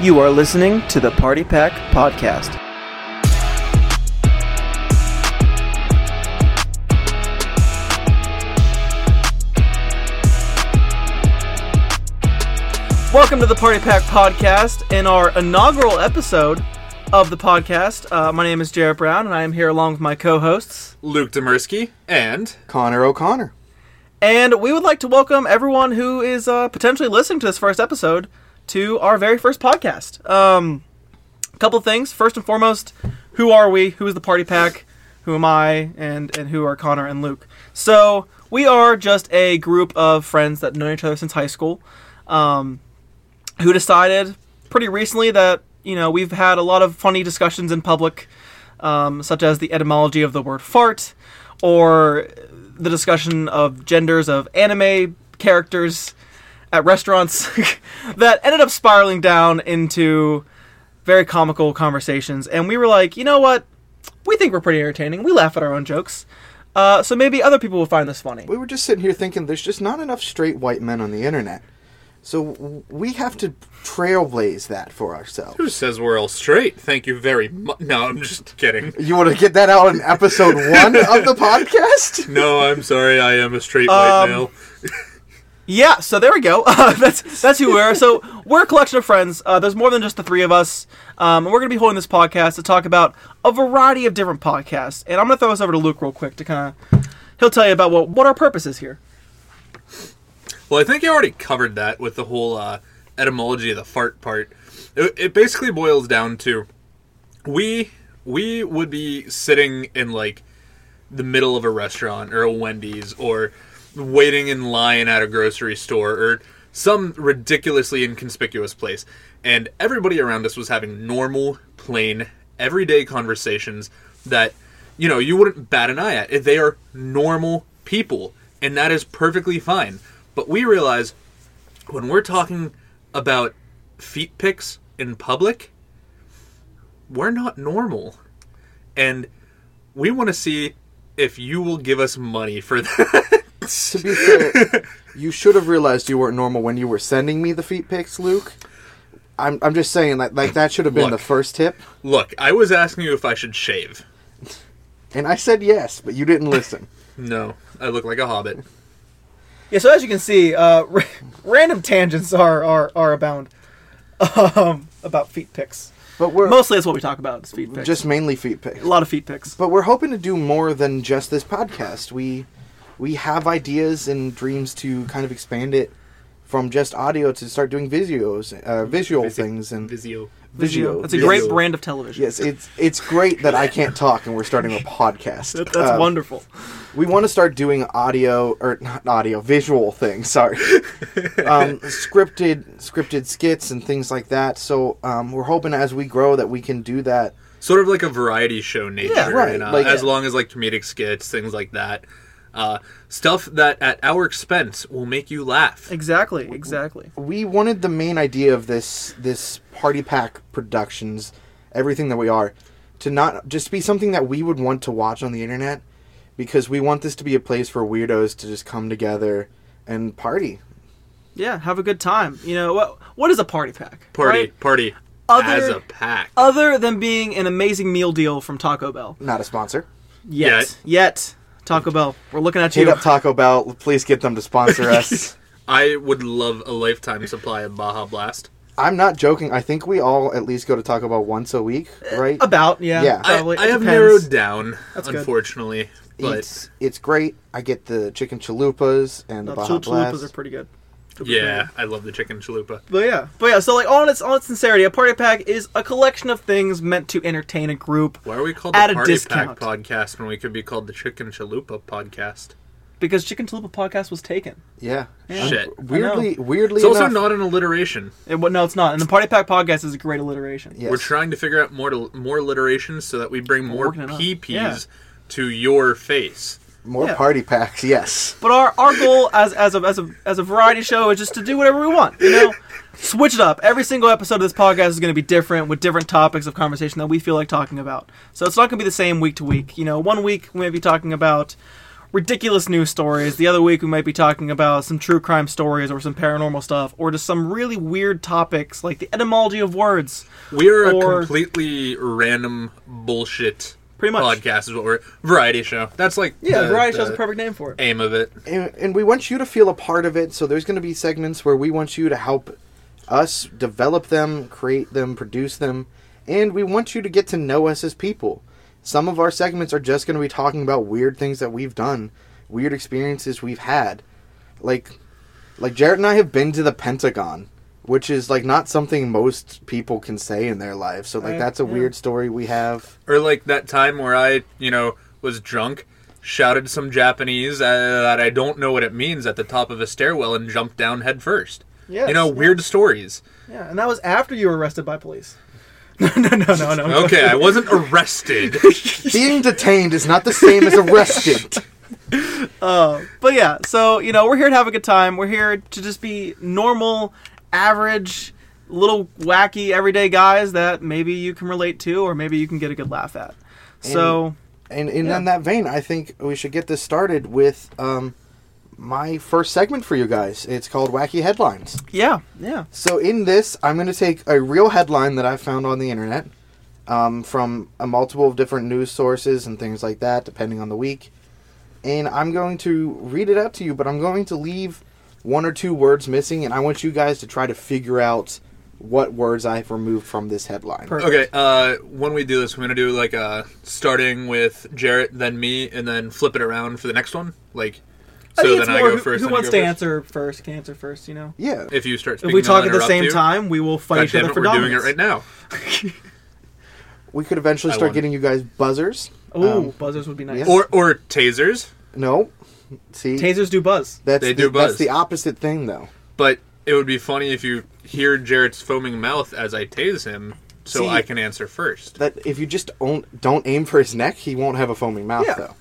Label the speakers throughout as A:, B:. A: You are listening to the Party Pack Podcast. Welcome to the Party Pack Podcast in our inaugural episode of the podcast. Uh, my name is Jarrett Brown, and I am here along with my co hosts.
B: Luke Demersky, and
C: Connor O'Connor.
A: And we would like to welcome everyone who is uh, potentially listening to this first episode to our very first podcast. Um, a couple things. First and foremost, who are we? Who is the party pack? Who am I? And and who are Connor and Luke? So we are just a group of friends that know each other since high school, um, who decided pretty recently that you know we've had a lot of funny discussions in public, um, such as the etymology of the word fart, or the discussion of genders of anime characters at restaurants that ended up spiraling down into very comical conversations. And we were like, you know what? We think we're pretty entertaining. We laugh at our own jokes. Uh, so maybe other people will find this funny.
C: We were just sitting here thinking there's just not enough straight white men on the internet. So w- we have to trailblaze that for ourselves.
B: who says we're all straight? Thank you very much. No, I'm just kidding.
C: You want to get that out in episode one of the podcast?
B: No, I'm sorry. I am a straight white
A: Um,
B: male.
A: Yeah, so there we go. Uh, that's that's who we are. So we're a collection of friends. Uh, there's more than just the three of us. Um, and we're going to be holding this podcast to talk about a variety of different podcasts. And I'm going to throw this over to Luke real quick to kind of he'll tell you about what what our purpose is here.
B: Well, I think you already covered that with the whole uh, etymology of the fart part. It, it basically boils down to we we would be sitting in like the middle of a restaurant or a Wendy's or waiting in line at a grocery store or some ridiculously inconspicuous place and everybody around us was having normal plain everyday conversations that you know you wouldn't bat an eye at they are normal people and that is perfectly fine but we realize when we're talking about feet pics in public we're not normal and we want to see if you will give us money for that
C: to be fair, you should have realized you weren't normal when you were sending me the feet pics, Luke. I'm, I'm just saying that like that should have
B: Look.
C: been the first tip,
B: Look, I was asking you if I should shave.
C: and I said yes, but you didn't listen.
B: No, I look like a hobbit.
A: Yeah, so as you can see, uh, r- random tangents are are, are abound um, about feet picks.
C: But we're
A: Mostly, that's what we talk about is feet picks.
C: just mainly feet pics.
A: a lot of feet picks.
C: But we're hoping to do more than just this podcast. We we have ideas and dreams to kind of expand it from just audio to start doing videos, uh, visual
B: Visi-
C: things, and
B: Vizio.
C: Visual.
A: That's a
B: Vizio.
A: great brand of television.
C: yes, it's it's great that I can't talk and we're starting a podcast.
A: That- that's
C: Um,
A: wonderful.
C: We want to start doing audio or not audio, visual things. Sorry, um, scripted scripted skits and things like that. So um, we're hoping as we grow that we can do that
B: Sort of like a variety show nature.
A: Yeah,
C: right,
B: and, uh,
C: like-
B: as long as like comedic skits, things like that. Uh, stuff that at our expense will make you laugh.
A: Exactly, exactly.
C: we wanted the main idea of this this party pack productions everything that we are to not just be something that we would want to watch on the internet because we want this to be a place for weirdos to just come together and party
A: Yeah, have a good time. You know what? What is a party pack?
B: Party,
A: right?
B: party
A: Other-
B: as a pack.
A: Other than being an amazing meal deal from Taco Bell.
C: not a sponsor
A: Yet, yet, Taco Bell. We're looking at
C: hit
A: you.
C: up taco bell please get them to sponsor us
B: I would love a lifetime supply of Baja Blast.
C: i'm not joking i think we all at least go to taco bell once a week
B: Uh,
C: right
A: About yeah.
C: Yeah.
B: I,
A: Probably.
B: I
A: It
B: have
A: depends.
B: narrowed down,
A: good.
B: unfortunately. But
C: it's, it's great i get the chicken chalupas and the
A: The
C: baja
A: chil- chalupas are
C: blast
A: pretty good.
B: yeah, I love the chicken chalupa.
A: But yeah, but yeah. So like, on its on its sincerity, a party pack is a collection of things meant to entertain a group
B: Why are we called the
A: At a
B: Party
A: discount.
B: Pack podcast when we could be called the Chicken Chalupa podcast?
A: because Chicken Chalupa podcast was taken.
C: yeah
B: Shit.
C: weirdly weirdly
B: It's also
C: enough-
B: not an alliteration.
A: It, well, no, it's not. And the party pack podcast is a great alliteration.
C: Yes.
B: We're trying to figure out more more alliterations so that we bring more
A: working it up.
B: PPs
A: Yeah.
B: to your face.
C: More
A: Yeah.
C: party packs, yes.
A: But our, our goal as as a, as a as a variety show is just to do whatever we want. You know, switch it up. Every single episode of this podcast is going to be different with different topics of conversation that we feel like talking about. So it's not going to be the same week to week. You know, one week we may be talking about ridiculous news stories. The other week we might be talking about some true crime stories or some paranormal stuff or just some really weird topics like the etymology of words.
B: We are
A: Or-
B: a completely random bullshit
A: Pretty much.
B: podcast is what we're variety show. That's like
A: Yeah,
B: the-
A: variety show's
B: the
A: a perfect name for it.
B: aim of it.
C: and, and we want you to feel a part of it. So there's going to be segments where we want you to help us develop them, create them, produce them, and we want you to get to know us as people. Some of our segments are just going to be talking about weird things that we've done, weird experiences we've had. Like like Jarrett and I have been to the Pentagon, which is like not something most people can say in their lives. So like
A: Right,
C: that's a
A: yeah.
C: weird story we have.
B: Or like that time where I, you know, was drunk, shouted some Japanese uh, that I don't know what it means at the top of a stairwell and jumped down head first.
A: Yes,
B: you know,
A: yeah.
B: weird stories.
A: Yeah, and that was after you were arrested by police. No, no, no, no, no.
B: Okay, I wasn't arrested.
C: Being detained is not the same as arrested.
A: But yeah, so you know, we're here to have a good time. We're here to just be normal, average, little wacky everyday guys that maybe you can relate to or maybe you can get a good laugh at. So
C: And, and
A: Yeah.
C: in that vein, I think we should get this started with um, my first segment for you guys. It's called Wacky Headlines.
A: yeah, yeah.
C: So, in this, I'm going to take a real headline that I found on the internet um, from a multiple of different news sources and things like that, depending on the week. And I'm going to read it out to you, but I'm going to leave one or two words missing, and I want you guys to try to figure out what words I've removed from this headline.
A: Perfect.
B: Okay, uh, when we do this, we're gonna do like uh, starting with Jarrett, then me, and then flip it around for the next one. Like,
A: I think
B: so
A: it's
B: then I
A: more
B: go
A: who,
B: first.
A: who
B: then you
A: wants
B: go
A: to
B: first.
A: answer first, can answer first, you know?
C: Yeah.
B: If you start
A: If
B: speaking,
A: we talk
B: I'll
A: at the
B: interrupt
A: same
B: you.
A: time, we will fight
B: God
A: each other
B: damn it,
A: for
B: we're doing it
A: dominance.
B: right now.
C: We could eventually
B: I
C: start
B: won.
C: getting you guys buzzers.
A: Ooh,
C: Um,
A: buzzers would be nice.
C: yeah.
B: Or or tasers,
C: No. See?
A: tasers do buzz.
C: That's
B: They
C: the,
B: do buzz.
C: That's the opposite thing, though.
B: but it would be funny if you hear Jarrett's foaming mouth as I tase him, so
C: See-
B: I can answer first.
C: That if you just don't, don't aim for his neck, he won't have a foaming mouth,
A: Yeah.
C: though.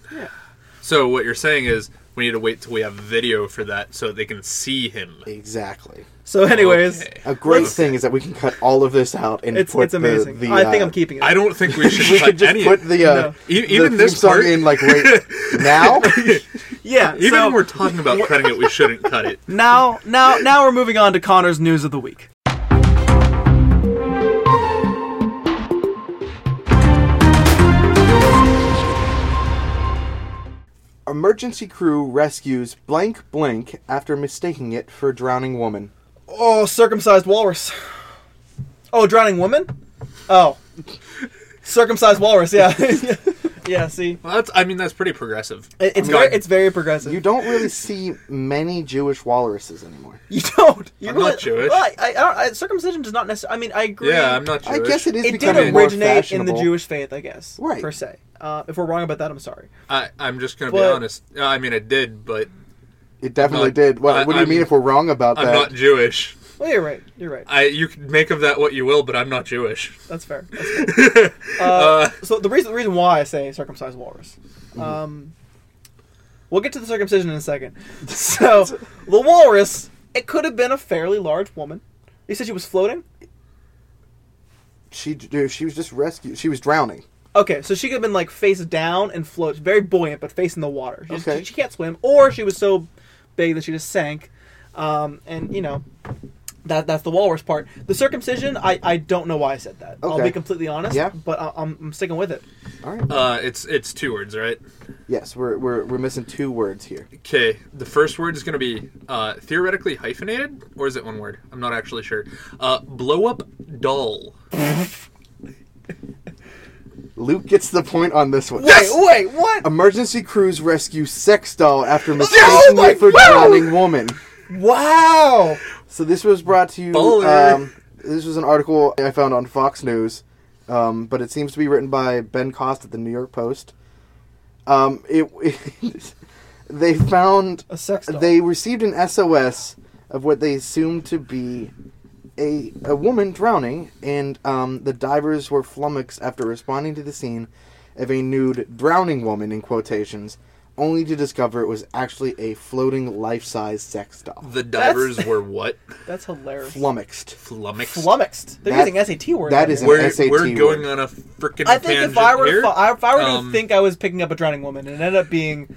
B: So what you're saying is we need to wait till we have video for that, so they can see him.
C: Exactly.
A: So anyways,
B: Okay.
C: A great
A: Let's-
C: thing is that we can cut all of this out and
A: it's
C: put
A: it's amazing.
C: The, the,
A: I think
C: uh,
A: I'm keeping it.
B: I don't think we should
C: We
B: cut
C: could just
B: any.
C: put the uh,
A: No.
B: E-
C: the
B: even
C: theme
B: this
C: song
B: part-
C: in like right now.
A: yeah.
B: even
A: so
B: when we're talking about cutting it, we shouldn't cut it.
A: now now now we're moving on to Connor's news of the week.
C: Emergency crew rescues blank blank after mistaking it for drowning woman.
A: Oh, circumcised walrus. Oh, drowning woman? Oh. circumcised walrus, yeah. yeah, see.
B: Well, that's I mean that's pretty progressive.
A: It- It's
B: Go
A: very,
B: ahead.
A: it's very progressive.
C: You don't really see many Jewish walruses anymore.
A: You don't. You
B: I'm not Jewish.
A: Well, I, I, I, I- circumcision does not necessarily. I mean, I agree.
B: yeah, I'm not. Jewish.
C: I guess it is
A: It did
C: becoming more
A: originate in the
C: fashionable.
A: Jewish faith, I guess.
C: Right.
A: Per se. Uh, if we're wrong about that, I'm sorry.
B: I, I'm just gonna be
A: But-
B: honest. Uh, I mean, it did, but
C: It definitely
B: No,
C: did. What,
B: I-
C: what do you
B: I'm-
C: mean if we're wrong about
B: I'm
C: that?
B: not Jewish.
A: Well, you're right. You're right.
B: I you can make of that what you will, but I'm not Jewish.
A: That's fair. That's fair. Uh, so the reason the reason why I say circumcised walrus,
C: Mm-hmm.
A: um, we'll get to the circumcision in a second. So the walrus, it could have been a fairly large woman. You said she was floating.
C: She dude, she was just rescued. She was drowning.
A: Okay, so she could have been like face down and float, very buoyant, but facing the water. She,
C: Okay.
A: she, she can't swim, or she was so big that she just sank. Um, and you know, that that's the walrus part. The circumcision, I, I don't know why I said that. I'll
C: Okay.
A: be completely honest.
C: Yeah.
A: But I, I'm, I'm sticking with it.
C: All right.
B: Uh, it's it's two words, right?
C: yes, we're, we're we're missing two words here.
B: Okay, the first word is gonna be uh, theoretically hyphenated, or is it one word? I'm not actually sure. Uh, blow up doll.
C: Luke gets the point on this one.
A: Wait, wait, what?
C: Um, Emergency crews rescue sex doll after
B: Oh
C: mistaking
A: my
C: it for
A: God!
C: drowning woman.
A: Wow.
C: So this was brought to you.
B: Baller.
C: Um, this was an article I found on Fox News, um, but it seems to be written by Ben Cost at the New York Post. Um, it, they found
A: A sex doll.
C: they received an SOS of what they assumed to be a a woman drowning, and um, the divers were flummoxed after responding to the scene of a nude drowning woman in quotations, only to discover it was actually a floating life-size sex doll.
B: The divers were what?
A: That's hilarious.
C: Flummoxed.
B: Flummoxed.
A: Flummoxed. They're
C: That-
A: using SAT words.
C: that
A: right
C: is
A: now.
C: an
B: We're,
C: SAT
B: we're going
C: word.
B: on a freaking
A: I think if I were to,
B: here.
A: fi- if I were to
B: Um,
A: think I was picking up a drowning woman and ended up being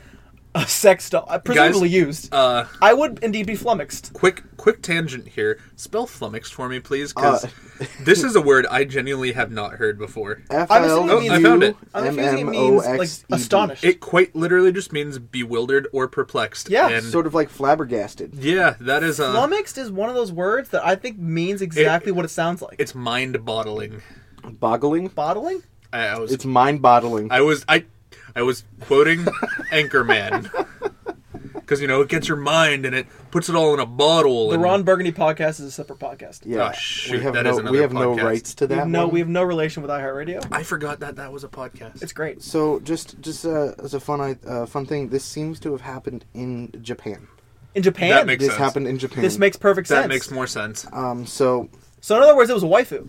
A: a sex doll, uh, presumably used,
B: Uh,
A: I would indeed be flummoxed.
B: quick, quick tangent here. Spell flummoxed for me, please,
A: Uh,
B: because this is a word I genuinely have not heard before.
C: F
A: I'm
C: L
A: assuming
B: it
C: U
B: means- Oh, I found it.
A: I'm
C: M
A: assuming
C: M
A: it
C: O
A: means like
C: X E D.
A: astonished.
B: It quite literally just means bewildered or perplexed.
A: Yeah,
B: and
C: Sort of like flabbergasted.
B: yeah, that is uh,
A: flummoxed is one of those words that I think means exactly what it sounds like.
B: it's mind-boggling.
C: Boggling.
A: bottling.
B: I, I was,
C: It's mind bottling.
B: I was, I, I was quoting Anchorman because you know it gets your mind and it puts it all in a bottle.
A: The
B: and,
A: Ron Burgundy podcast is a separate podcast.
C: Yeah.
B: Oh, shoot,
C: we have
B: that
C: no
B: is
C: we
B: another
C: have no
B: podcast.
C: rights to
A: We
C: that.
A: have no,
C: one.
A: we have no relation with iHeartRadio.
B: I forgot that that was a podcast.
A: It's great.
C: So just just uh, as a fun i- uh, fun thing, this seems to have happened in Japan.
A: In Japan,
B: That makes
C: this
B: sense.
C: happened in Japan.
A: this makes perfect
B: that
A: sense.
B: makes more sense.
C: um, so
A: so in other words, it was a waifu.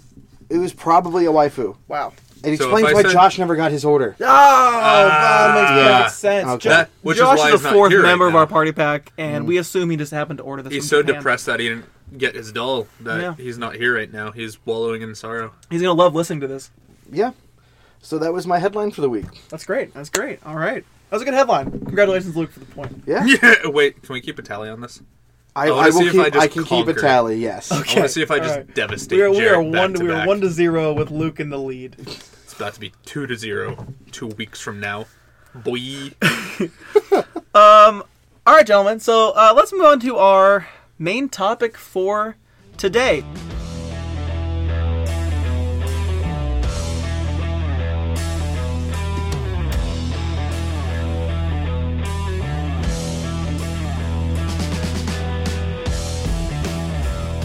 C: it was probably a waifu.
A: Wow.
C: It
B: So
C: explains
B: if I
C: why
B: said-
C: Josh never got his order.
A: Oh, that makes
B: Ah,
A: perfect sense.
C: okay.
A: Jo-
B: That- which is
A: Josh
B: why
A: is,
B: he's
A: the
B: not
A: fourth
B: here right
A: member of
B: now. Mm.
A: our party pack, and we assume he just happened to order this.
B: He's
A: from
B: so
A: Japan.
B: depressed that he didn't get his doll that
A: Yeah.
B: he's not here right now. He's wallowing in sorrow.
A: He's gonna love listening to this.
C: Yeah. So that was my headline for the week.
A: That's great. That's great. All right. That was a good headline. Congratulations, Luke, for the point.
C: Yeah.
B: Yeah. Wait, can we keep a tally on this?
C: I,
B: I wanna
C: I, will
B: see if
C: keep.
B: I
C: I,
B: just
C: can keep
B: conquered.
C: a tally. Yes.
B: I want to see if I just
A: Alright.
B: devastate.
A: We are, we
B: Jared
A: are one.
B: Back
A: To, we are
B: back.
A: one to zero with Luke in the lead.
B: It's about to be two to zero. Two weeks from now, boy.
A: All right, gentlemen. So uh, let's move on to our main topic for today.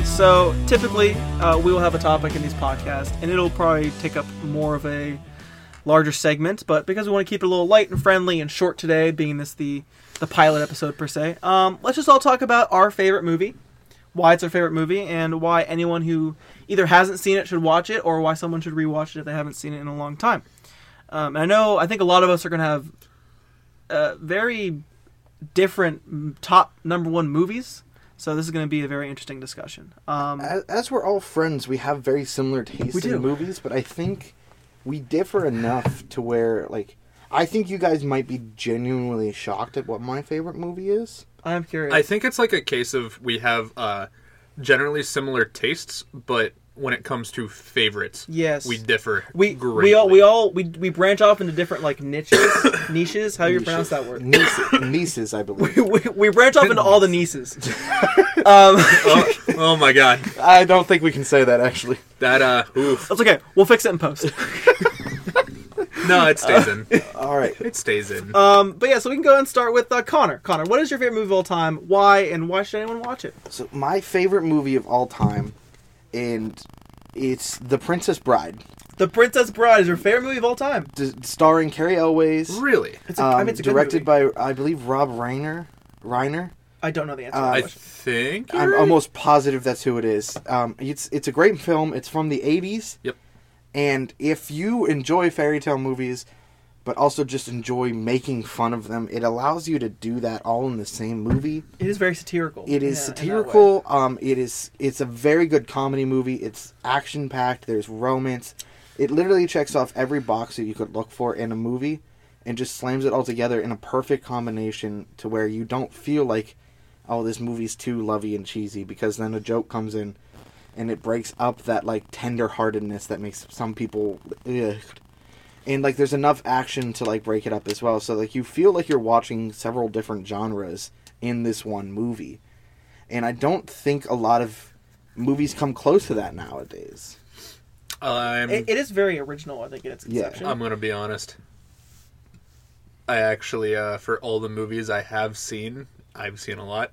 A: So typically, uh, we will have a topic in these podcasts, and it'll probably take up more of a larger segment. But because we want to keep it a little light and friendly and short today, being this the the pilot episode per se, um, let's just all talk about our favorite movie, why it's our favorite movie, and why anyone who either hasn't seen it should watch it, or why someone should rewatch it if they haven't seen it in a long time. Um, and I know I think a lot of us are going to have uh, very different mm, top number one movies. So this is going to be a very interesting discussion. Um,
C: as, as we're all friends, we have very similar tastes
A: We do.
C: in movies, but I think we differ enough to where like I think you guys might be genuinely shocked at what my favorite movie is.
A: I'm curious.
B: I think it's like a case of we have uh, generally similar tastes, but when it comes to favorites,
A: Yes.
B: we differ.
A: we
B: greatly.
A: we all we all we, we branch off into different like niches niches how do you pronounce that word
C: Nieces, nieces I believe.
A: we, we branch off into all the nieces um
B: oh, oh my god,
C: I don't think we can say that actually.
B: that uh, oof.
A: that's okay we'll fix it in post
B: No, it stays in.
C: All right.
B: It stays in.
A: um but yeah so we can go ahead and start with uh, connor connor what is your favorite movie of all time why and why should anyone watch it
C: So my favorite movie of all time, and it's The Princess Bride,
A: the princess bride is your favorite movie of all time
C: d- starring Carrie Elways.
B: really,
A: it's a,
C: Um,
A: I mean, it's a good
C: directed
A: movie.
C: by I believe Rob Reiner. Reiner.
A: i don't know the answer
C: uh,
A: to
B: I
A: that question.
B: think
C: I'm
B: you're-
C: almost positive that's who it is. Um, it's it's a great film. It's from the '80s.
B: Yep.
C: And if you enjoy fairy tale movies, but also just enjoy making fun of them, it allows you to do that all in the same movie.
A: it is very satirical
C: It is
A: yeah, in that way.
C: satirical. Um, it is it's a very good comedy movie. It's action packed. There's romance. It literally checks off every box that you could look for in a movie, and just slams it all together in a perfect combination to where you don't feel like, oh, this movie's too lovey and cheesy because then a joke comes in, and it breaks up that like tender heartedness that makes some people. Ugh. And like, there's enough action to like break it up as well. So like, you feel like you're watching several different genres in this one movie and I don't think a lot of movies come close to that nowadays.
B: I'm,
A: It- it is very original i think in its
C: Yeah.
A: conception
B: I'm gonna be honest. I actually, uh, for all the movies I have seen, I've seen a lot.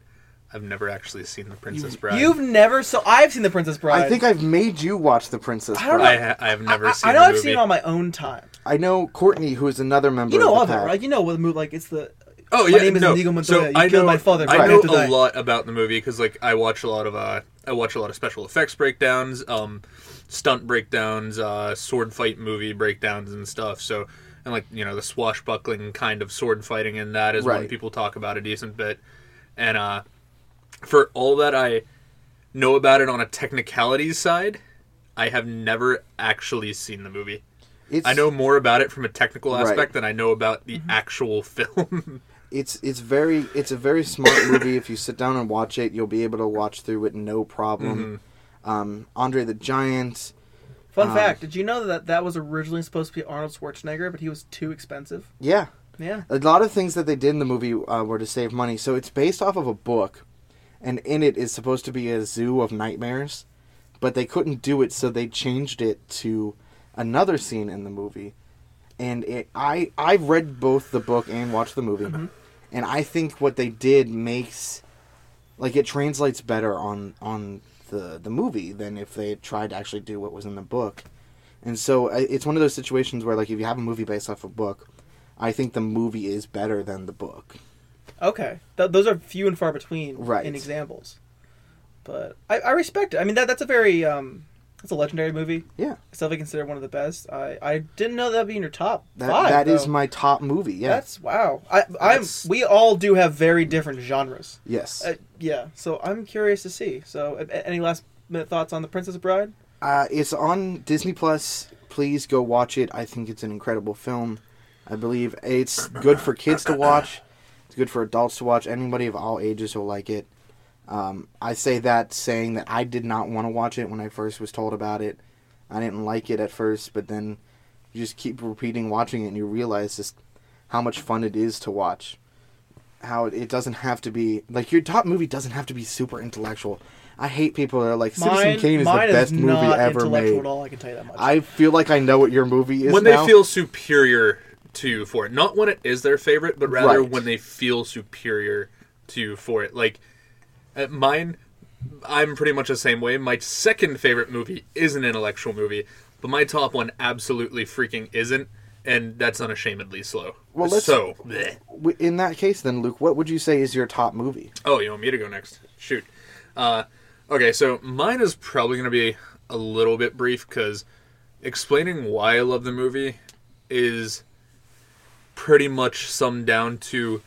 B: I've never actually seen The Princess Bride.
A: you've never so i've seen the princess bride
C: I think I've made you watch The Princess
A: I don't
B: I,
C: Bride.
B: ha- I've never
A: I-
B: seen.
A: I know
B: the
A: I've
B: movie.
A: seen it on my own time.
C: I know Courtney, who is another member
A: You know
C: of
A: of
C: the
A: it,
C: pack.
A: right? You know what the movie like it's the
B: Oh
A: My
B: yeah,
A: name is
B: no.
A: Inigo Montoya.
B: So
A: You
B: I
A: killed
B: know,
A: my father,
B: I
A: but I
B: know
A: have to die.
B: a lot about the movie because like I watch a lot of uh, I watch a lot of special effects breakdowns, um, stunt breakdowns, uh, sword fight movie breakdowns and stuff. So and like you know the swashbuckling kind of sword fighting in that is when
C: Right.
B: people talk about a decent bit. And uh, for all that I know about it on a technicalities side, I have never actually seen the movie.
C: It's,
B: I know more about it from a technical
C: Right.
B: aspect than I know about the actual film.
C: it's it's very it's a very smart movie. If you sit down and watch it, you'll be able to watch through it no problem. Um, Andre the Giant.
A: Fun
C: Um,
A: fact: Did you know that that was originally supposed to be Arnold Schwarzenegger, but he was too expensive?
C: Yeah,
A: Yeah.
C: a lot of things that they did in the movie uh, were to save money. So it's based off of a book, and in it is supposed to be a zoo of nightmares, but they couldn't do it, so they changed it to another scene in the movie. And it, I I've read both the book and watched the movie, and I think what they did makes like it translates better on on the the movie than if they tried to actually do what was in the book. And so I- it's one of those situations where like if you have a movie based off a book, I think the movie is better than the book.
A: Okay. Th- those are few and far between
C: Right.
A: in examples. But I, I respect it. I mean, that that's a very um, that's a legendary movie.
C: Yeah.
A: It's definitely considered one of the best. I, I didn't know that'd be in your top
C: That
A: five.
C: that is
A: though.
C: my top movie. Yeah.
A: That's wow. I I'm
B: That's-
A: we all do have very different genres.
C: yes.
A: Uh, yeah. So I'm curious to see. So a- a- any last minute thoughts on the Princess Bride?
C: Uh, it's on Disney Plus. Please go watch it. I think it's an incredible film. I believe it's good for kids to watch. It's good for adults to watch. Anybody of all ages will like it. Um, I say that saying that I did not want to watch it when I first was told about it. I didn't like it at first, but then you just keep repeating watching it, and you realize just how much fun it is to watch. How it- it doesn't have to be like your top movie doesn't have to be super intellectual. I hate people that are like Citizen Kane is the
A: mine
C: best movie
A: not
C: ever
A: intellectual
C: made.
A: at all. I can tell you that much.
C: I feel like I know what your movie is
B: when
C: now.
B: they feel superior to you for it. Not when it is their favorite, but rather
C: Right.
B: when they feel superior to you for it. Like at mine, I'm pretty much the same way. My second favorite movie is an intellectual movie, but my top one absolutely freaking isn't, and that's unashamedly slow.
C: Well, let's-
B: so bleh.
C: W- in that case, then Luke, what would you say is your top movie?
B: Oh, you want me to go next? Shoot. Uh, okay, so mine is probably going to be a little bit brief because explaining why I love the movie is pretty much summed down to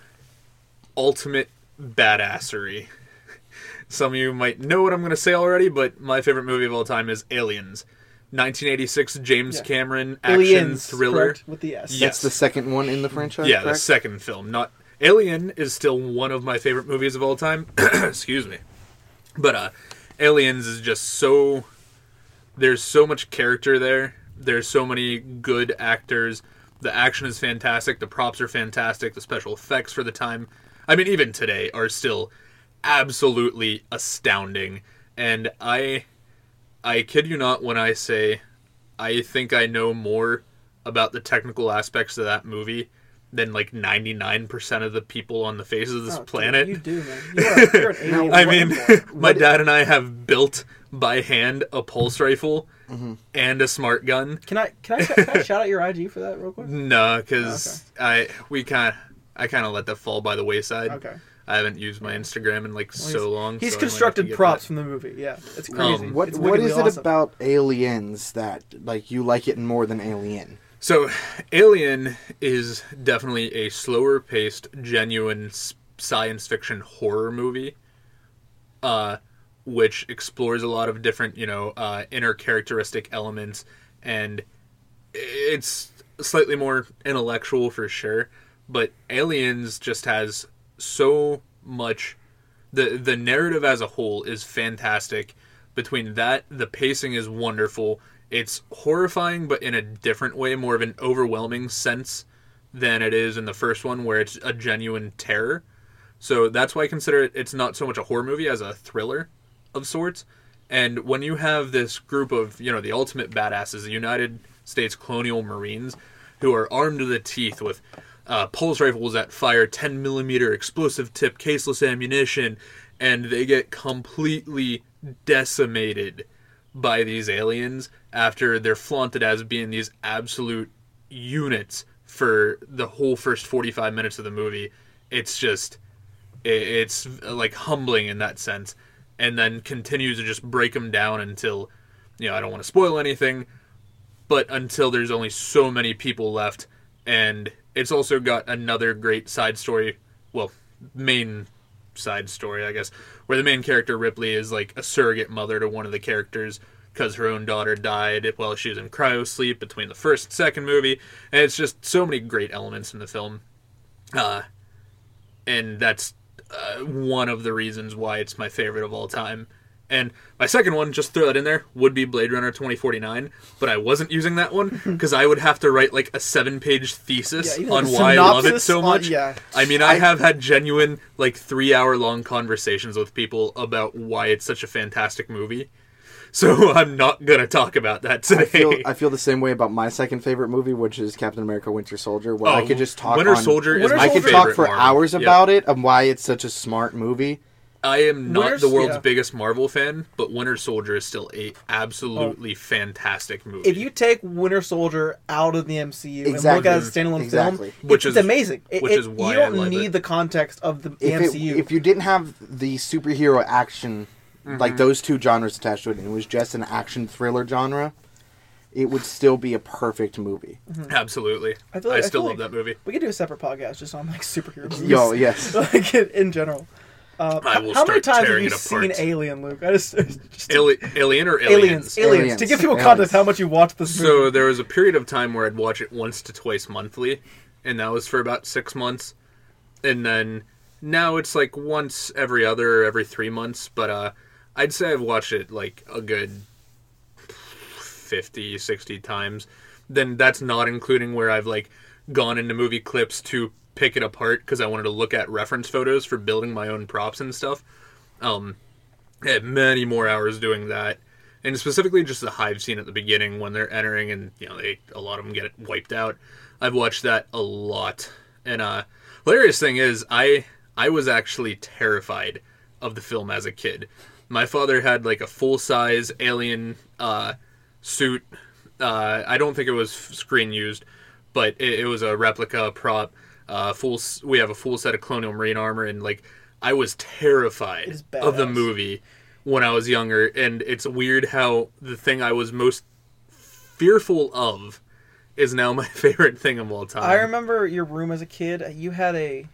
B: ultimate badassery. Some of you might know what I'm going to say already, but my favorite movie of all time is Aliens. 1986 James
A: Yeah.
B: Cameron action
A: Aliens
B: thriller.
A: correct? with the S.
B: Yeah.
C: That's the second one in the franchise.
B: Yeah, the
C: correct?
B: second film. Not Alien is still one of my favorite movies of all time. Excuse me. But uh Aliens is just so there's so much character there. There's so many good actors. The action is fantastic, the props are fantastic, the special effects for the time. I mean even today are still absolutely astounding. And I I kid you not when I say I think I know more about the technical aspects of that movie than like 99% of the people on the face of this
A: Oh, dude,
B: planet.
A: you do, man. You are, you're an alien. What
B: I mean,
A: the fuck?
B: my dad and I have built by hand a pulse rifle and a smart gun.
A: can I can I, sh- can I shout out your IG for that real quick?
B: No, because I we kind I kind of let that fall by the wayside.
A: Okay.
B: I haven't used my Instagram in like
A: Well,
B: so long.
A: He's
B: so I might have to
A: constructed
B: get
A: props
B: that.
A: from the movie. Yeah, it's crazy.
B: Um,
C: What
A: It's
C: what
A: wickedly
C: is it
A: awesome.
C: about Aliens that like you like it more than Alien?
B: So, Alien is definitely a slower paced, genuine s- science fiction horror movie, uh, which explores a lot of different, you know, uh, inner characteristic elements, and it's slightly more intellectual for sure. But Aliens just has so much. the The narrative as a whole is fantastic. Between that, the pacing is wonderful. It's horrifying, but in a different way, more of an overwhelming sense than it is in the first one, where it's a genuine terror. So that's why I consider it it's not so much a horror movie as a thriller of sorts. And when you have this group of, you know, the ultimate badasses, the United States Colonial Marines, who are armed to the teeth with uh, pulse rifles that fire 10 millimeter explosive tip caseless ammunition, and they get completely decimated by these aliens after they're flaunted as being these absolute units for the whole first 45 minutes of the movie. It's just i- it's uh, like humbling in that sense and then continues to just break them down until you know i don't want to spoil anything but until there's only so many people left and it's also got another great side story well main side story i guess where the main character ripley is like a surrogate mother to one of the characters because her own daughter died while she was in cryo sleep between the first and second movie and it's just so many great elements in the film uh, and that's uh, one of the reasons why it's my favorite of all time. And my second one, just throw that in there, would be Blade Runner 2049, but I wasn't using that one because I would have to write like a seven page thesis
A: Yeah, you
B: on
A: have a
B: why I love it
A: synopsis
B: so
A: on-
B: much.
A: yeah.
B: I mean, I,
C: I-
B: have had genuine, like, three hour long conversations with people about why it's such a fantastic movie. So I'm not going to talk about that today.
C: I feel, I feel the same way about my second favorite movie, which is Captain America: Winter Soldier. Where I
B: Oh,
C: could just talk.
B: Winter
C: on-
B: Soldier is
A: Winter
B: my
C: I could
B: favorite
C: talk for
B: Marvel.
C: hours
B: Yeah.
C: about it and why it's such a smart movie.
B: I am not
A: Winter-
B: the world's
A: yeah.
B: biggest Marvel fan, but Winter Soldier is still a absolutely fantastic movie.
A: Oh. If you take Winter Soldier out of the MCU and look
C: Exactly.
A: at it as a standalone
C: Exactly.
A: film,
B: Which
A: it's
B: is-
A: amazing. It-
B: which
A: it-
B: is why
A: you
B: I
A: don't
B: love
A: need
B: it.
A: the context of the
C: If it-
A: MCU.
C: if you didn't have the superhero action,
B: Mm-hmm.
C: like those two genres attached to it, and it was just an action thriller genre, it would still be a perfect movie.
B: Absolutely. I,
A: I feel like- I
B: still
A: feel
B: love
A: like-
B: that movie.
A: we could do a separate podcast just on like superhero movies.
C: Yo, yes.
A: like in, in general. Uh,
B: I will
A: how many
B: start
A: times have
B: tearing
A: you
B: it
A: seen
B: apart.
A: Alien, Luke? I just, just
B: Ali- Alien or
A: aliens, aliens,
B: Aliens?
C: Aliens.
A: To give people
C: Aliens.
A: context, how much you watched this movie.
B: So there was a period of time where I'd watch it once to twice monthly, and that was for about six months. And then now it's like once every other, every three months. But uh, I'd say I've watched it like a good 50, 60 times. Then that's not including where I've like gone into movie clips to pick it apart because I wanted to look at reference photos for building my own props and stuff. Um, I had many more hours doing that, and specifically just the hive scene at the beginning when they're entering, and you know they a lot of them get wiped out. I've watched that a lot, and uh, hilarious thing is I I was actually terrified of the film as a kid. My father had like a full size alien uh, suit. Uh, I don't think it was screen used, but it, it was a replica prop. Uh, full. s- We have a full set of colonial marine armor, and like I was terrified
A: is
B: of the
A: badass.
B: movie when I was younger, and it's weird how the thing I was most fearful of is now my favorite thing of all time.
A: I remember your room as a kid. You had a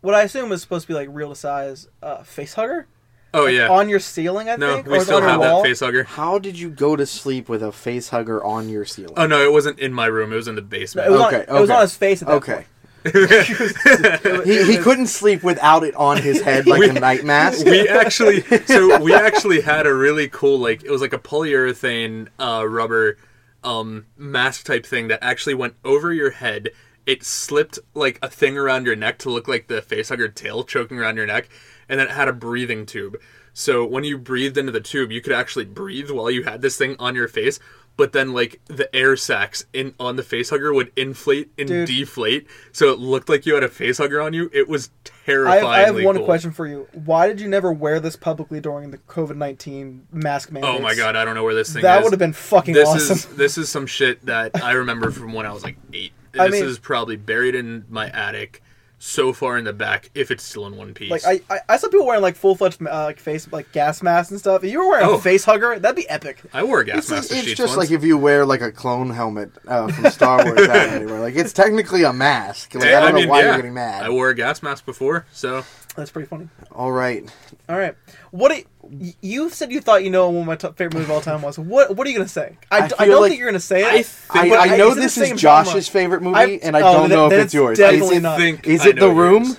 A: what I assume was supposed to be like real to size uh, face hugger
B: oh yeah,
A: on your ceiling. I
B: no,
A: think
B: we
A: or
B: still
A: on your
B: have
A: wall.
B: that face hugger.
C: How did you go to sleep with a face hugger on your ceiling?
B: Oh no, it wasn't in my room. It was in the
A: It was,
B: basement.
A: on,
C: Okay,
A: it was
C: okay.
A: on his face at that
C: okay.
A: point.
C: He, he couldn't sleep without it on his head like a night mask.
B: we actually so we actually had a really cool like it was like a polyurethane uh, rubber um, mask type thing that actually went over your head it slipped like a thing around your neck to look like the facehugger tail choking around your neck and then it had a breathing tube so when you breathed into the tube you could actually breathe while you had this thing on your face but then like the air sacs in on the facehugger would inflate and
A: Dude.
B: deflate so it looked like you had a facehugger on you it was
A: I have,
B: terrifyingly
A: I have one
B: cool.
A: question for you. Why did you never wear this publicly during the COVID nineteen mask mandates?
B: Oh my god, I don't know where this thing is.
A: that would have been fucking
B: this
A: awesome.
B: is this is some shit that I remember from when I was like eight.
A: I
B: this
A: mean-
B: is probably buried in my attic, so far in the back, if it's still in one piece.
A: Like I, I, I saw people wearing like full fledged uh, like face like gas masks and stuff. If you were wearing
B: Oh.
A: a face hugger, that'd be epic.
B: I wore a gas
C: It's,
B: mask
C: it's
B: sheets
C: just
B: once.
C: like if you wear like a clone helmet uh, from Star Wars. Academy, where, like it's technically a mask. Like,
B: Yeah,
C: I don't
B: mean,
C: know why
B: yeah,
C: you're getting mad.
B: I wore a gas mask before, so
A: That's pretty funny.
C: All right,
A: All right, what do you, you said you thought you know what my top favorite movie of all time was. What what are you gonna say? I,
C: I
A: d- I
C: feel
A: don't
C: like-
A: think you're gonna say it.
B: I think-
C: I,
B: but
A: I-
C: I know
A: it's in
C: this
A: the same
C: is Josh's
A: genre.
C: favorite movie,
A: I-
C: and I
A: oh,
C: don't
A: then-
C: know
A: then
C: if
A: it's
C: it's yours.
A: definitely
C: is it,
A: not.
B: think
C: is
B: I
C: it
B: know
C: The Room?
B: yours.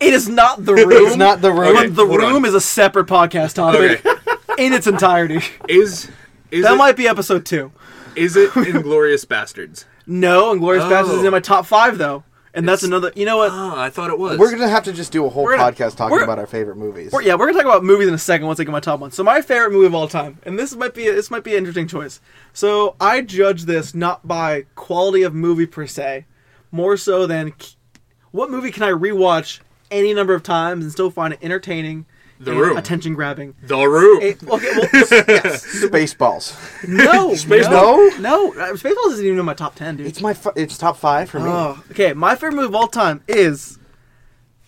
A: It is not the room.
C: It's not The Room.
B: Okay.
A: the
B: hold on.
A: room is a separate podcast
B: Okay,
A: topic in its entirety.
B: is is
A: That
B: it,
A: might be episode two.
B: is it Inglorious Bastards?
A: No, and Glorious
B: Oh.
A: Bastards is in my top five though, and that's another. You know what?
B: Oh, I thought it was.
C: We're gonna have to just do a whole
A: We're gonna-
C: podcast talking
A: we're-
C: about our favorite movies.
A: We're- yeah, we're gonna talk about movies in a second once I get my top one. So my favorite movie of all time, and this might be this might be an interesting choice. So I judge this not by quality of movie per se, more so than c- what movie can I rewatch any number of times and still find it entertaining,
B: The
A: and
B: Room.
A: attention grabbing.
B: the Room.
A: Okay, well, yes.
C: Spaceballs.
A: no,
B: Space-
A: no, no. uh, Spaceballs isn't even in my top ten, dude.
C: It's my. F- it's top five for me.
A: Oh, okay, my favorite movie of all time is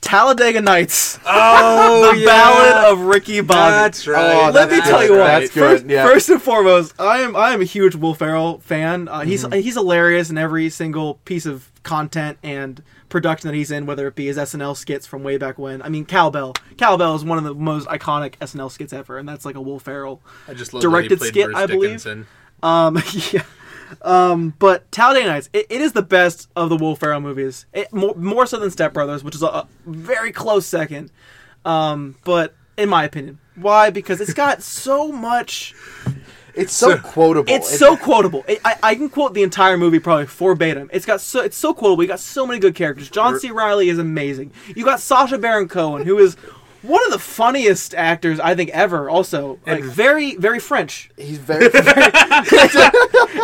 A: Talladega Nights,
B: oh,
A: The Ballad of Ricky Bobby.
B: That's
C: Oh,
B: right.
A: Let me
B: that's
A: tell you what.
B: right.
C: That's good.
A: first,
C: yeah.
A: first and foremost, I am I am a huge Will Ferrell fan. Uh, he's
C: Mm-hmm.
A: he's hilarious in every single piece of content and production that he's in, whether it be his SNL skits from way back when. I mean, Cowbell. Cowbell is one of the most iconic SNL skits ever, and that's like a Will Ferrell
B: I just love
A: directed
B: that he played
A: skit,
B: Bruce
A: I believe.
B: Dickinson.
A: um, yeah. Um, but Talladega Nights, it, it is the best of the Will Ferrell movies, it, more, more so than Step Brothers, which is a, a very close second. Um, but in my opinion, why? Because it's got so much.
C: It's so, quotable.
A: It's so quotable. It, I, I can quote the entire movie probably verbatim. It's got so it's so quotable. You got so many good characters. John C. Riley is amazing. You got Sasha Baron Cohen, who is one of the funniest actors I think ever. Also, like very very French.
C: he's very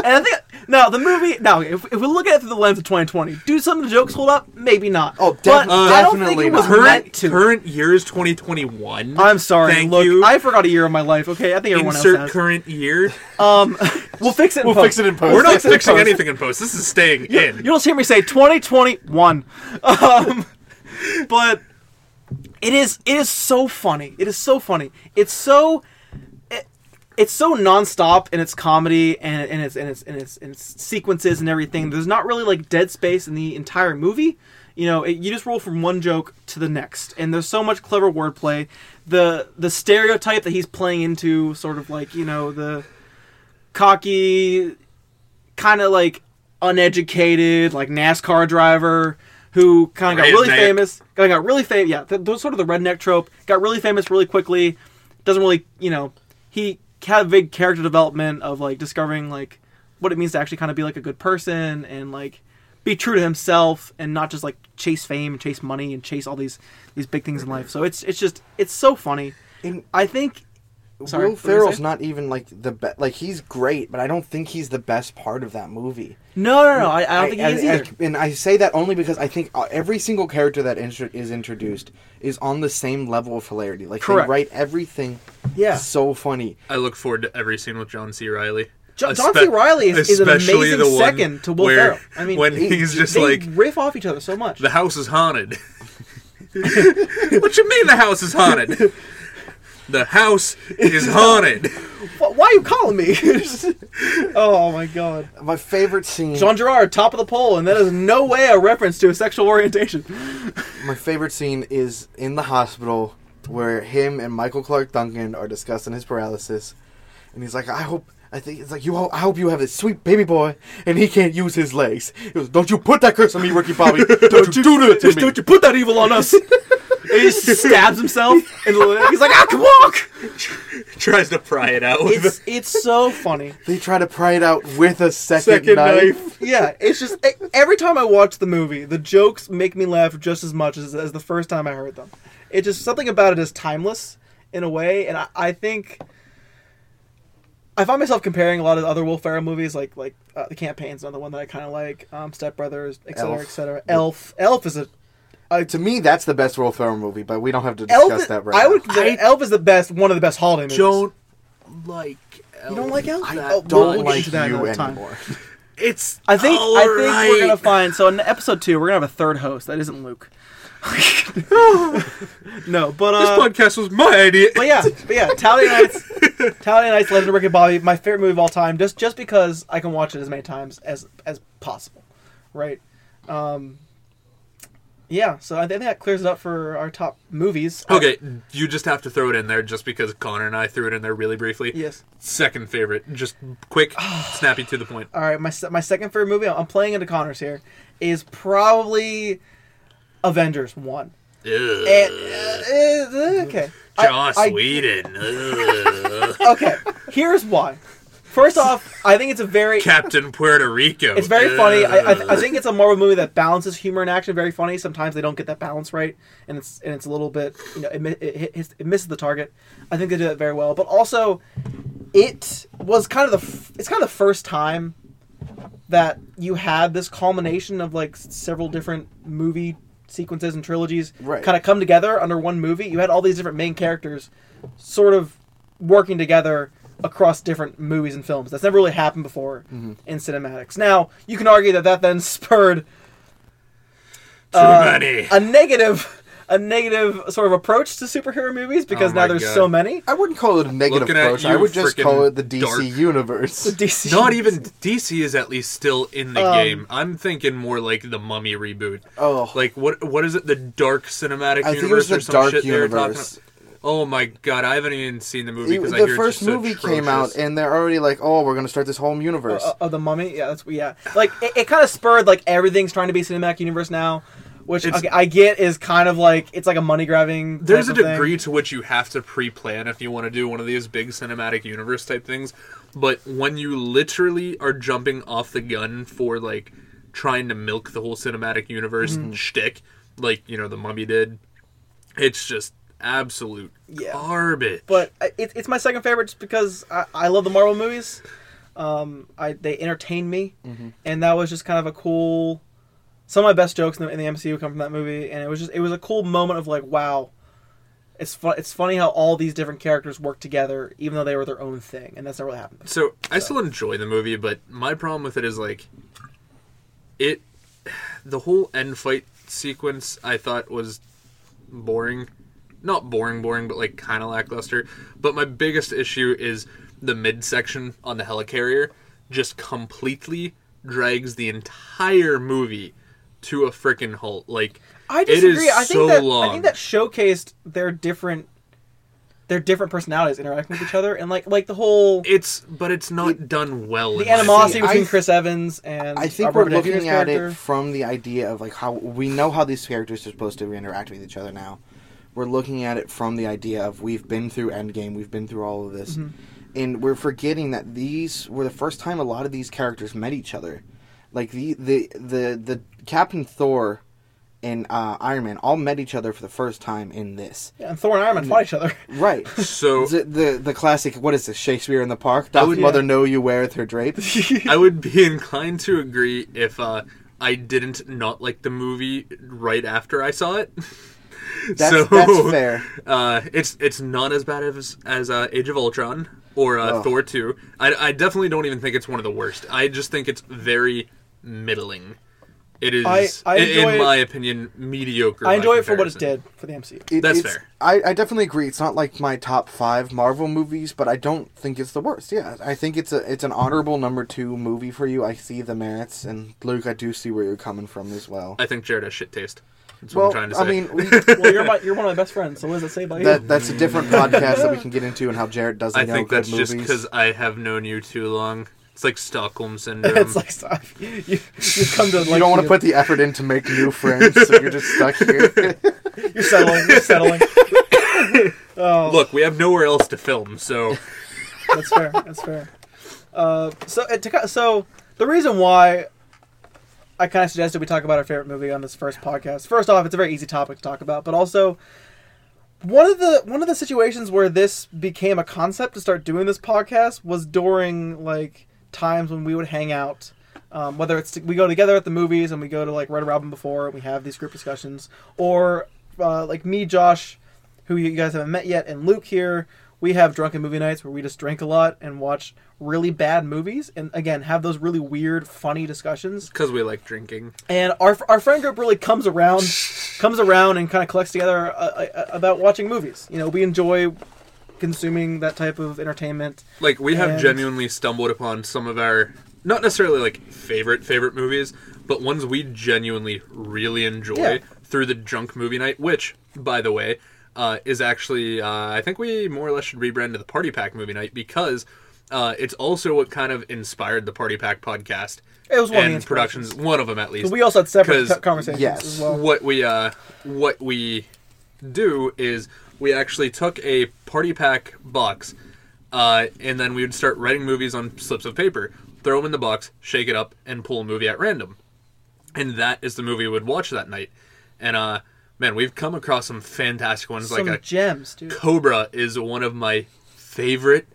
A: And I think no, the movie no. If, if we look at it through the lens of 2020, do some of the jokes hold up? Maybe not.
C: Oh,
A: But
C: defi-
A: I don't think
C: definitely
A: it was
C: not.
A: meant
B: Current
A: to.
B: current year is 2021.
A: I'm sorry.
B: Thank
A: look,
B: you.
A: I forgot a year of my life. Okay, I think everyone
B: Insert
A: else has.
B: current year.
A: we'll fix it. In
C: We'll
A: post.
C: fix it in post.
B: We're not
A: fix it in
B: fixing
A: post.
B: anything in post. This is staying in.
A: You don't hear me say 2021. Um, but it is it is so funny. It is so funny. It's so it, it's so nonstop in its comedy and and its and its and its, and its sequences and everything. There's not really like dead space in the entire movie. You know, it, you just roll from one joke to the next, and there's so much clever wordplay. The the stereotype that he's playing into, sort of like you know the cocky, kind of like uneducated, like NASCAR driver who kind of got really
B: Redneck.
A: famous. Got, got really famous. Yeah, th- those sort of the redneck trope. Got really famous really quickly. Doesn't really, you know, he had a big character development of like discovering like what it means to actually kind of be like a good person and like be true to himself and not just like chase fame and chase money and chase all these these big things in life. So it's it's just it's so funny.
C: In-
A: I think Sorry,
C: Will
A: what were you
C: Ferrell's
A: saying?
C: not even like the best. Like he's great, but I don't think he's the best part of that movie.
A: no, no, no. I, I don't think he
C: and,
A: is either.
C: and- and I say that only because I think uh, every single character that intro- is introduced is on the same level of hilarity. Like
A: Correct.
C: they write everything
A: Yeah.
C: so funny.
B: I look forward to every scene with John C. Riley.
A: Jo- John C. Riley is- is an amazing second to Will
B: where-
A: Ferrell. I mean,
B: when
A: he-
B: he's just
A: they
B: like,
A: riff off each other so much.
B: the house is haunted. what you mean the house is haunted? The house is haunted.
A: Wh- Why are you calling me? oh my god.
C: My favorite scene.
A: John Gerard, top of the poll, and that is no way a reference to a sexual orientation.
C: My favorite scene is in the hospital where him and Michael Clark Duncan are discussing his paralysis, and he's like, "I hope." I think it's like you. ho- I hope you have a sweet baby boy, and he can't use his legs. He goes, "Don't you put that curse on me, Ricky Bobby! Don't you do that to me!"
A: Don't you put that evil on us! And he just stabs himself, and he's like, "Ah, "I can walk."
B: Tries to pry it out with
A: It's it's so funny.
C: They try to pry it out with a second,
B: Second
C: knife.
B: knife.
A: Yeah, it's just e- every time I watch the movie, the jokes make me laugh just as much as, as the first time I heard them. It just something about it is timeless in a way, and I, I think I find myself comparing a lot of other Will Ferrell movies, like like uh, The Campaign's another one that I kind of like, um, Step Brothers, etc.,
C: Elf.
A: etc. Elf, Elf is a uh,
C: To me, that's the best Will Ferrell movie, but we don't have to discuss
A: Elf. is-
C: that right
A: I
C: now.
A: would consider Elf is the best, one of the best holiday movies.
B: Don't like.
A: you don't like Elf?
C: I
A: Oh, we'll-
C: don't
A: we'll get
C: like
A: into that
C: you
A: another time.
C: anymore.
B: It's.
A: I think
B: all
A: I think we're gonna
B: right.
A: find so in episode two we're gonna have a third host that isn't Luke. no, but
B: This
A: uh,
B: podcast was my idea.
A: but yeah, but yeah, Tally Nights, Tally Nights, Legend of Rick and Bobby, my favorite movie of all time, just just because I can watch it as many times as as possible, right? Um, yeah, so I think that clears it up for our top movies.
B: Okay, you just have to throw it in there just because Connor and I threw it in there really briefly.
A: yes.
B: Second favorite, just quick, snappy to the point.
A: All right, my se- my second favorite movie I'm playing into Connors here is probably Avengers One.
B: Ugh.
A: And, uh, uh, okay. Eh, I-
B: Joss
A: I-
B: Whedon. Ugh.
A: Okay. Here's why. First off, I think it's a very
B: Captain Puerto Rico.
A: it's very funny. I,
B: Ugh.
A: I, I think it's a Marvel movie that balances humor and action very funny. Sometimes they don't get that balance right, and it's and it's a little bit you know it, mi- it, hits- it misses the target. I think they do that very well. But also, it was kind of the f- it's kind of the first time that you had this culmination of like s- several different movie sequences and trilogies
C: Right.
A: kind of come together under one movie. You had all these different main characters sort of working together across different movies and films. That's never really happened before
B: Mm-hmm.
A: in cinematics. Now, you can argue that that then spurred
B: Too
A: uh,
B: many.
A: a negative a negative sort of approach to superhero movies because
B: Oh
A: now
B: my
A: there's
B: God.
A: so many.
C: I wouldn't call it a negative
B: Looking at
C: approach.
B: you,
C: I would just call
B: frickin'
C: it the DC
B: dark.
C: universe.
A: DC
B: Not even DC is at least still in the
A: Um,
B: game. I'm thinking more like the Mummy reboot.
C: Oh.
B: like what? What is it? The Dark Cinematic
C: I think it
B: Universe
C: was the
B: or some
C: dark
B: shit they were talking
C: universe.
B: about. Oh my god, I haven't even seen the movie
C: It-
B: because I
C: the
B: hear
C: first
B: it's just
C: movie
B: atrocious.
C: came out, and they're already like, "Oh, we're gonna start this whole universe."
A: Uh, oh, the mummy. Yeah, that's yeah. Like it, it kind of spurred like everything's trying to be a cinematic universe now, which
B: It's-
A: okay, I get is kind of like it's like a money grabbing. type
B: There's a
A: of thing.
B: degree to which you have to pre-plan if you want to do one of these big cinematic universe type things, but when you literally are jumping off the gun for like trying to milk the whole cinematic universe
A: Mm-hmm.
B: shtick, like you know the Mummy did, it's just absolute
A: Yeah.
B: garbage.
A: but I- it, it's my second favorite just because I, I love the Marvel movies. Um, I they entertain me,
B: Mm-hmm.
A: and that was just kind of a cool. Some of my best jokes in the, in the MCU come from that movie, and it was just it was a cool moment of like, wow, it's fun. It's funny how all these different characters work together, even though they were their own thing, and that's not really happened.
B: So I still enjoy the movie, but my problem with it is like it the whole end fight sequence I thought was boring. Not boring boring, but like kinda lackluster. But my biggest issue is the midsection on the helicarrier just completely drags the entire movie to a freaking halt. Like
A: I
B: it is
A: disagree. I think
B: so
A: that
B: long.
A: I think that showcased their different their different personalities interacting with each other, and like like the whole
B: it's but it's not done well. in
A: the
B: my
A: animosity
C: I-
A: between Chris Evans and
C: I think
A: Robert Downey
C: we're
A: Jr.'s
C: looking at
A: character.
C: it from the idea of like how we know how these characters are supposed to interact with each other now. We're looking at it from the idea of we've been through Endgame, we've been through all of this,
A: Mm-hmm.
C: and we're forgetting that these were the first time a lot of these characters met each other. Like the the the the Captain Thor and uh, Iron Man all met each other for the first time in this.
A: Yeah, and Thor and Iron Man
B: Mm,
A: fought each other.
C: Right.
B: So
C: The, the the classic what is this Shakespeare in the Park?
A: Oh,
C: Doth mother know you weareth her drape?
B: I would be inclined to agree if uh, I didn't not like the movie right after I saw it.
C: That's,
B: so
C: that's fair.
B: Uh, it's it's not as bad as as uh, Age of Ultron or uh,
C: Ugh.
B: Thor two. I, I definitely don't even think it's one of the worst. I just think it's very middling. It is,
A: I- I
B: i-
A: enjoy
B: in
A: it-
B: my opinion, mediocre.
A: I
B: by
A: enjoy it for what it did
B: comparison.
A: for the MCU.
C: It-
B: That's
C: it's-
B: fair.
C: I, I definitely agree. It's not like my top five Marvel movies, but I don't think it's the worst. Yeah, I think it's a it's an honorable number two movie for you. I see the merits, and Luke, I do see where you're coming from as well.
B: I think Jared has shit taste. That's
C: well,
B: what I'm trying to say.
C: I mean, we,
A: well, you're my, you're one of my best friends. So what does that say about
C: that
A: you?
C: that's a different podcast that we can get into, and how Jared doesn't
B: I
C: know
B: think
C: good
B: that's
C: movies.
B: just because I have known you too long. It's like Stockholm syndrome.
A: it's like stop. You, you come to like
C: you don't want
A: the-
C: to put the effort in to make new friends, so you're just stuck here.
A: You're settling. You're settling. oh,
B: Look, we have nowhere else to film, so
A: that's fair. That's fair. Uh, so uh, to, ki- so the reason why I kind of suggested we talk about our favorite movie on this first podcast. First off, it's a very easy topic to talk about, but also one of the one of the situations where this became a concept to start doing this podcast was during like times when we would hang out. Um, whether it's we go together at the movies and we go to like Red Robin before and we have these group discussions, or uh, like me, Josh, who you guys haven't met yet, and Luke here, we have drunken movie nights where we just drink a lot and watch really bad movies, and again have those really weird, funny discussions
B: because we like drinking.
A: and our, our friend group really comes around comes around and kind of collects together uh, uh, about watching movies you know we enjoy consuming that type of entertainment
B: Like we have
A: And-
B: genuinely stumbled upon some of our not necessarily like favorite favorite movies, but ones we genuinely really enjoy
A: Yeah.
B: through the drunk movie night, which by the way, uh, is actually uh, I think we more or less should rebrand to the Party Pack movie night because uh, it's also what kind of inspired the Party Pack podcast.
A: It was one of the
B: and productions, one of them at least.
A: we also had separate
B: 'Cause-
A: co- conversations
C: yes.
A: as well
B: what we uh what we do is we actually took a party pack box uh, and then we would start writing movies on slips of paper throw them in the box shake it up and pull a movie at random and that is the movie we would watch that night and uh man we've come across some fantastic ones
A: some
B: like a
A: gems dude
B: cobra is one of my favorite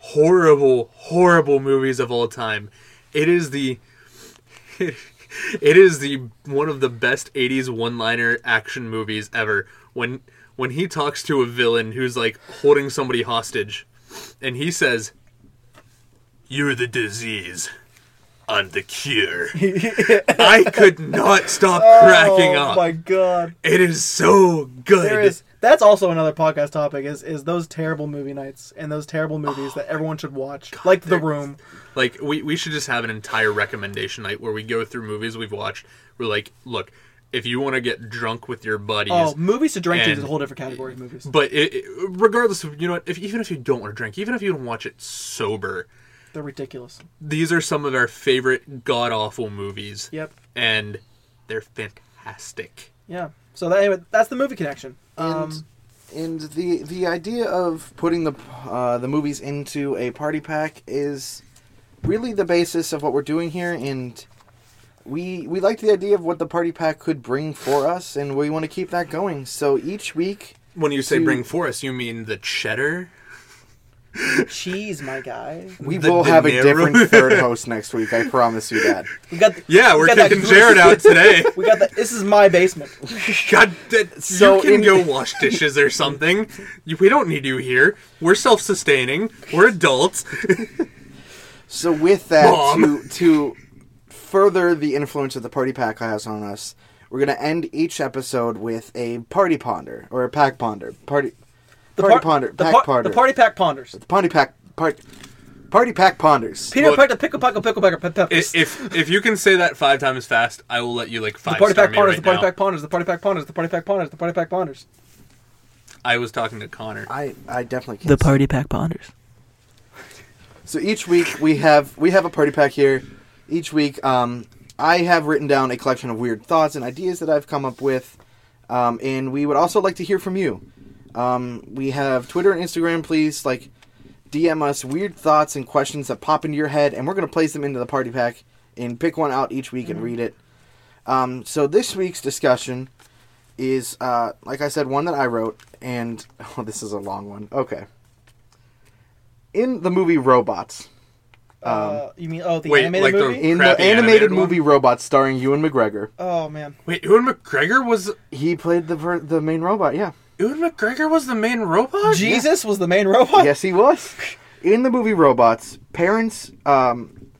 B: horrible horrible movies of all time it is the it is the one of the best 80s one-liner action movies ever when when he talks to a villain who's like holding somebody hostage and he says you're the disease I'm the cure. I could not stop cracking
A: oh
B: up.
A: my god
B: It is so good.
A: there is that's also another podcast topic is is those terrible movie nights and those terrible movies that everyone should watch like the room
B: Like we, we should just have an entire recommendation night where we go through movies we've watched. We're like, look, if you want to get drunk with your buddies.
A: Oh, movies to drink to
B: And-
A: is a whole different category of movies.
B: But it, it- regardless of you know what, if even if you don't want to drink, even if you don't watch it sober,
A: They're ridiculous.
B: these are some of our favorite god awful movies.
A: Yep.
B: and they're fantastic.
A: Yeah. So that, anyway, that's the movie connection. Um,
C: And- And the the idea of putting the uh, the movies into a party pack is really the basis of what we're doing here, and we we like the idea of what the party pack could bring for us, and we want to keep that going. So each week,
B: When you say
C: To-
B: bring for us, you mean the cheddar?
A: Um, cheese, my guy.
C: we
B: The
C: will have a
B: dinero.
C: different third host next week. I promise you that.
A: We got
B: Yeah,
A: we
B: we're
A: got that
B: kicking
A: goose-
B: Jared out today.
A: We got that. This is my basement.
B: God, that,
C: So
B: you can
C: in-
B: go wash dishes or something. You- we don't need you here. We're self-sustaining. We're adults.
C: So with that,
B: Mom.
C: to to further the influence of the party pack has on us, we're gonna end each episode with a party ponder or a pack ponder party. party
A: par-
C: ponder,
A: The,
C: pack
A: par-
C: ponder.
A: the party pack ponders.
C: Party pack part, party pack ponders.
A: Peter
B: Look.
A: Peck the pickle pickle pickle picker pe-
B: I-
A: peppers.
B: if if you can say that five times fast, I will let you like
A: The
B: five.
A: party
B: star
A: pack
B: me
A: ponders.
B: right
A: The party
B: now.
A: pack ponders. The party pack ponders. The party pack ponders. The party pack ponders.
B: I was talking to Connor.
C: I, I definitely can't.
A: The party pack ponders.
C: so each week we have we have a party pack here. Each week, um, I have written down a collection of weird thoughts and ideas that I've come up with, um, and we would also like to hear from you. Um, we have Twitter and Instagram. Please like DM us weird thoughts and questions that pop into your head, and we're gonna place them into the party pack and pick one out each
A: Mm-hmm.
C: week and read it. Um, so this week's discussion is, uh, like I said, one that I wrote, and oh, this is a long one. Okay. In the movie Robots, Um,
A: Uh, you mean oh the
B: wait,
A: animated
B: like the-
A: movie?
C: in the
B: Crappy
C: animated,
B: animated one?
C: movie Robots starring Ewan McGregor,
A: Oh man.
B: Wait, Ewan McGregor was
C: he played the ver- the main robot. Yeah,
B: Ewan McGregor was the main robot.
A: Jesus was the main robot.
C: yes, he was. In the movie Robots, parents um,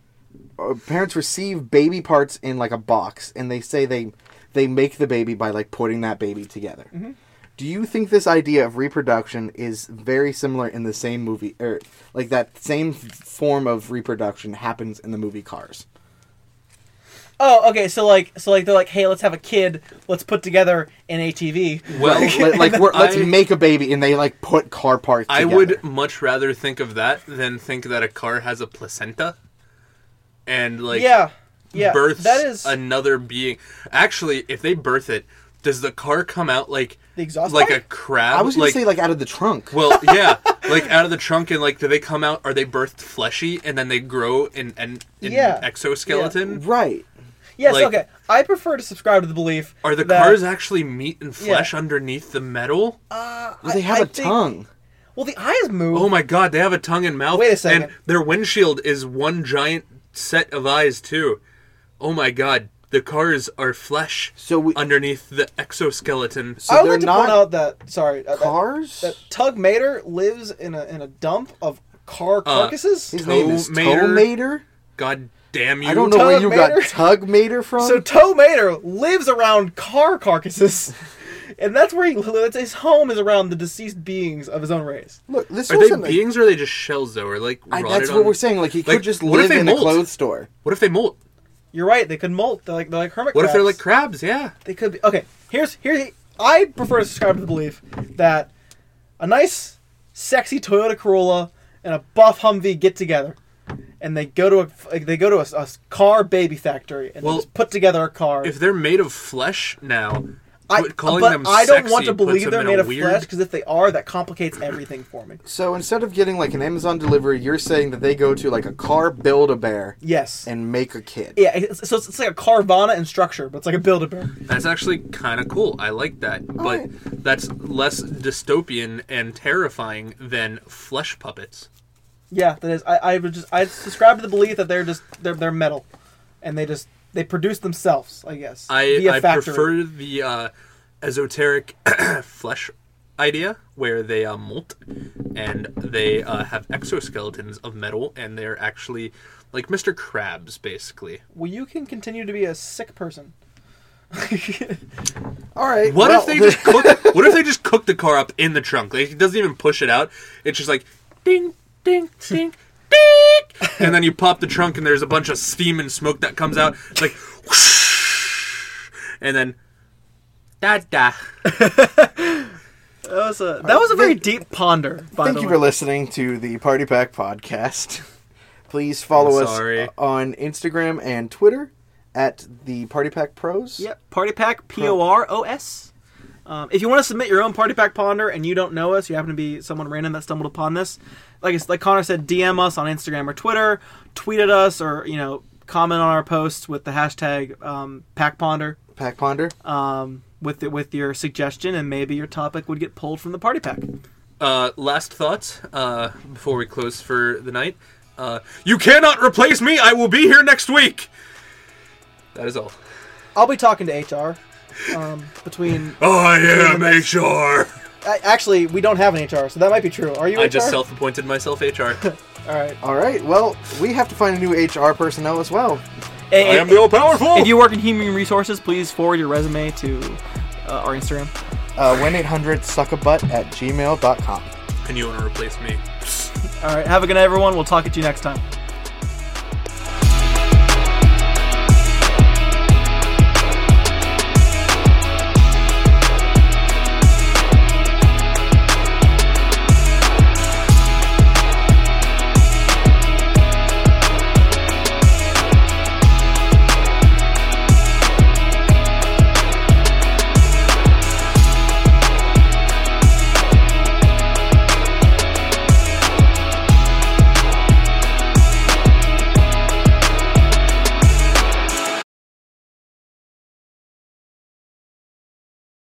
C: uh, parents receive baby parts in like a box, and they say they they make the baby by like putting that baby together.
A: Mm-hmm.
C: Do you think this idea of reproduction is very similar in the same movie, or like that same form of reproduction happens in the movie Cars?
A: Oh, okay. So like, so like, they're like, hey, let's have a kid. Let's put together an ATV.
B: Well,
C: Like, like we're, let's
B: I-
C: make a baby, and they like put car parts.
B: I
C: Together.
B: would much rather think of that than think that a car has a placenta and like
A: yeah, yeah.
B: births
A: that is
B: another being. Actually, if they birth it, does the car come out like
A: The exhaust
B: like
A: pipe?
B: a crab?
C: I was gonna
B: like,
C: say like out of the trunk.
B: well, yeah, like out of the trunk and like do they come out? Are they birthed fleshy and then they grow in an in
A: Yeah.
B: exoskeleton?
C: Right.
A: yes.
B: like-
A: okay, I prefer to subscribe to the belief.
B: Are the
A: that-
B: cars actually meat and flesh underneath the metal?
C: Um, Well, they have
A: I
C: a
A: think-
C: tongue.
A: Well, the eyes move.
B: Oh my god, they have a tongue and mouth.
A: Wait a second.
B: And their windshield is one giant set of eyes too. Oh my god, the cars are flesh
C: So we- Uh,
B: underneath the exoskeleton.
C: So
A: I would
C: they're
A: like to
C: not
A: point out that sorry, uh, that-
C: cars.
A: That, Tug Mater lives in a in a dump of car
B: Uh,
A: carcasses.
C: His name is
B: Tomater?
C: Toe Mater.
B: god damn you.
C: I don't know where you got
A: Tugmater?
C: Tug Mater from.
A: so Toe Mater lives around car carcasses, and that's where he lives. His home is around the deceased beings of his own race.
C: Look, this
B: Are they
C: wasn't. a-
B: beings or are they just shells though? Or like
C: I,
B: rotted
C: that's what
B: on-
C: we're saying. Like he
B: Like,
C: could just
B: what if
C: live
B: they
C: in a
B: molt?
C: clothes store.
B: What if they molt?
A: You're right. They could molt. They're like they're like hermit.
B: What if they're
A: crabs.
B: like crabs? Yeah.
A: they could be okay. Here's here. I prefer to subscribe to the belief that a nice, sexy Toyota Corolla and a buff Humvee get together, and they go to a they go to a, a car baby factory and they
B: Well,
A: just put together a car.
B: If they're made of flesh now,
A: I,
B: quit calling
A: but
B: them
A: I don't want
B: sexy
A: to
B: puts
A: believe
B: them
A: they're
B: in a
A: made of
B: weird-
A: flesh because if they are, that complicates everything for me.
C: So instead of getting like an Amazon delivery, you're saying that they go to like a car build a bear
A: Yes.
C: and make a kid.
A: yeah, it's, so it's, it's like a Carvana in structure, but it's like a Build-A-Bear.
B: That's actually kind of cool. I like that. But
C: right.
B: that's less dystopian and terrifying than flesh puppets.
A: Yeah, that is. I, I would just I subscribe to the belief that they're just they're they're metal, and they just they produce themselves. I guess.
B: I,
A: via
B: I
A: factory.
B: prefer the uh, esoteric flesh idea where they uh, molt and they uh, have exoskeletons of metal and they're actually like Mr. Krabs, basically.
A: Well, you can continue to be a sick person.
C: All right.
B: What
C: well,
B: if they just cook? What if they just cook the car up in the trunk? Like it doesn't even push it out. It's just like ding, ding, ding, ding, and then you pop the trunk, and there's a bunch of steam and smoke that comes out. It's like, whoosh, and then da da.
A: That was a that was a very deep ponder. By
C: Thank
A: the
C: you
A: way.
C: for listening to the Party Pack podcast. Please follow
B: I'm
C: us
B: sorry.
C: on Instagram and Twitter at the Party Pack Pros.
A: Yep, Party Pack P O R O S. Um, if you want to submit your own Party Pack Ponder and you don't know us, you happen to be someone random that stumbled upon this, like I s- like Connor said, DM us on Instagram or Twitter, tweet at us, or you know comment on our posts with the hashtag um, Pack Ponder
C: Pack Ponder.
A: um, with the, with your suggestion, and maybe your topic would get pulled from the Party Pack.
B: Uh, last thoughts uh, before we close for the night. Uh, you cannot replace me. I will be here next week. That is all.
A: I'll be talking to HR um, between.
B: I am HR.
A: I, actually, we don't have an HR, so that might be true. Are you?
B: I
A: HR?
B: just self-appointed myself HR.
A: All right.
C: All right. Well, we have to find a new HR personnel as well.
B: I am the all-powerful.
A: If you work in human resources, please forward your resume to uh, our Instagram.
C: Uh, 1-800-suckabutt at gmail.com.
B: and you want to replace me?
A: All right, have a good night, everyone. We'll talk at you next time.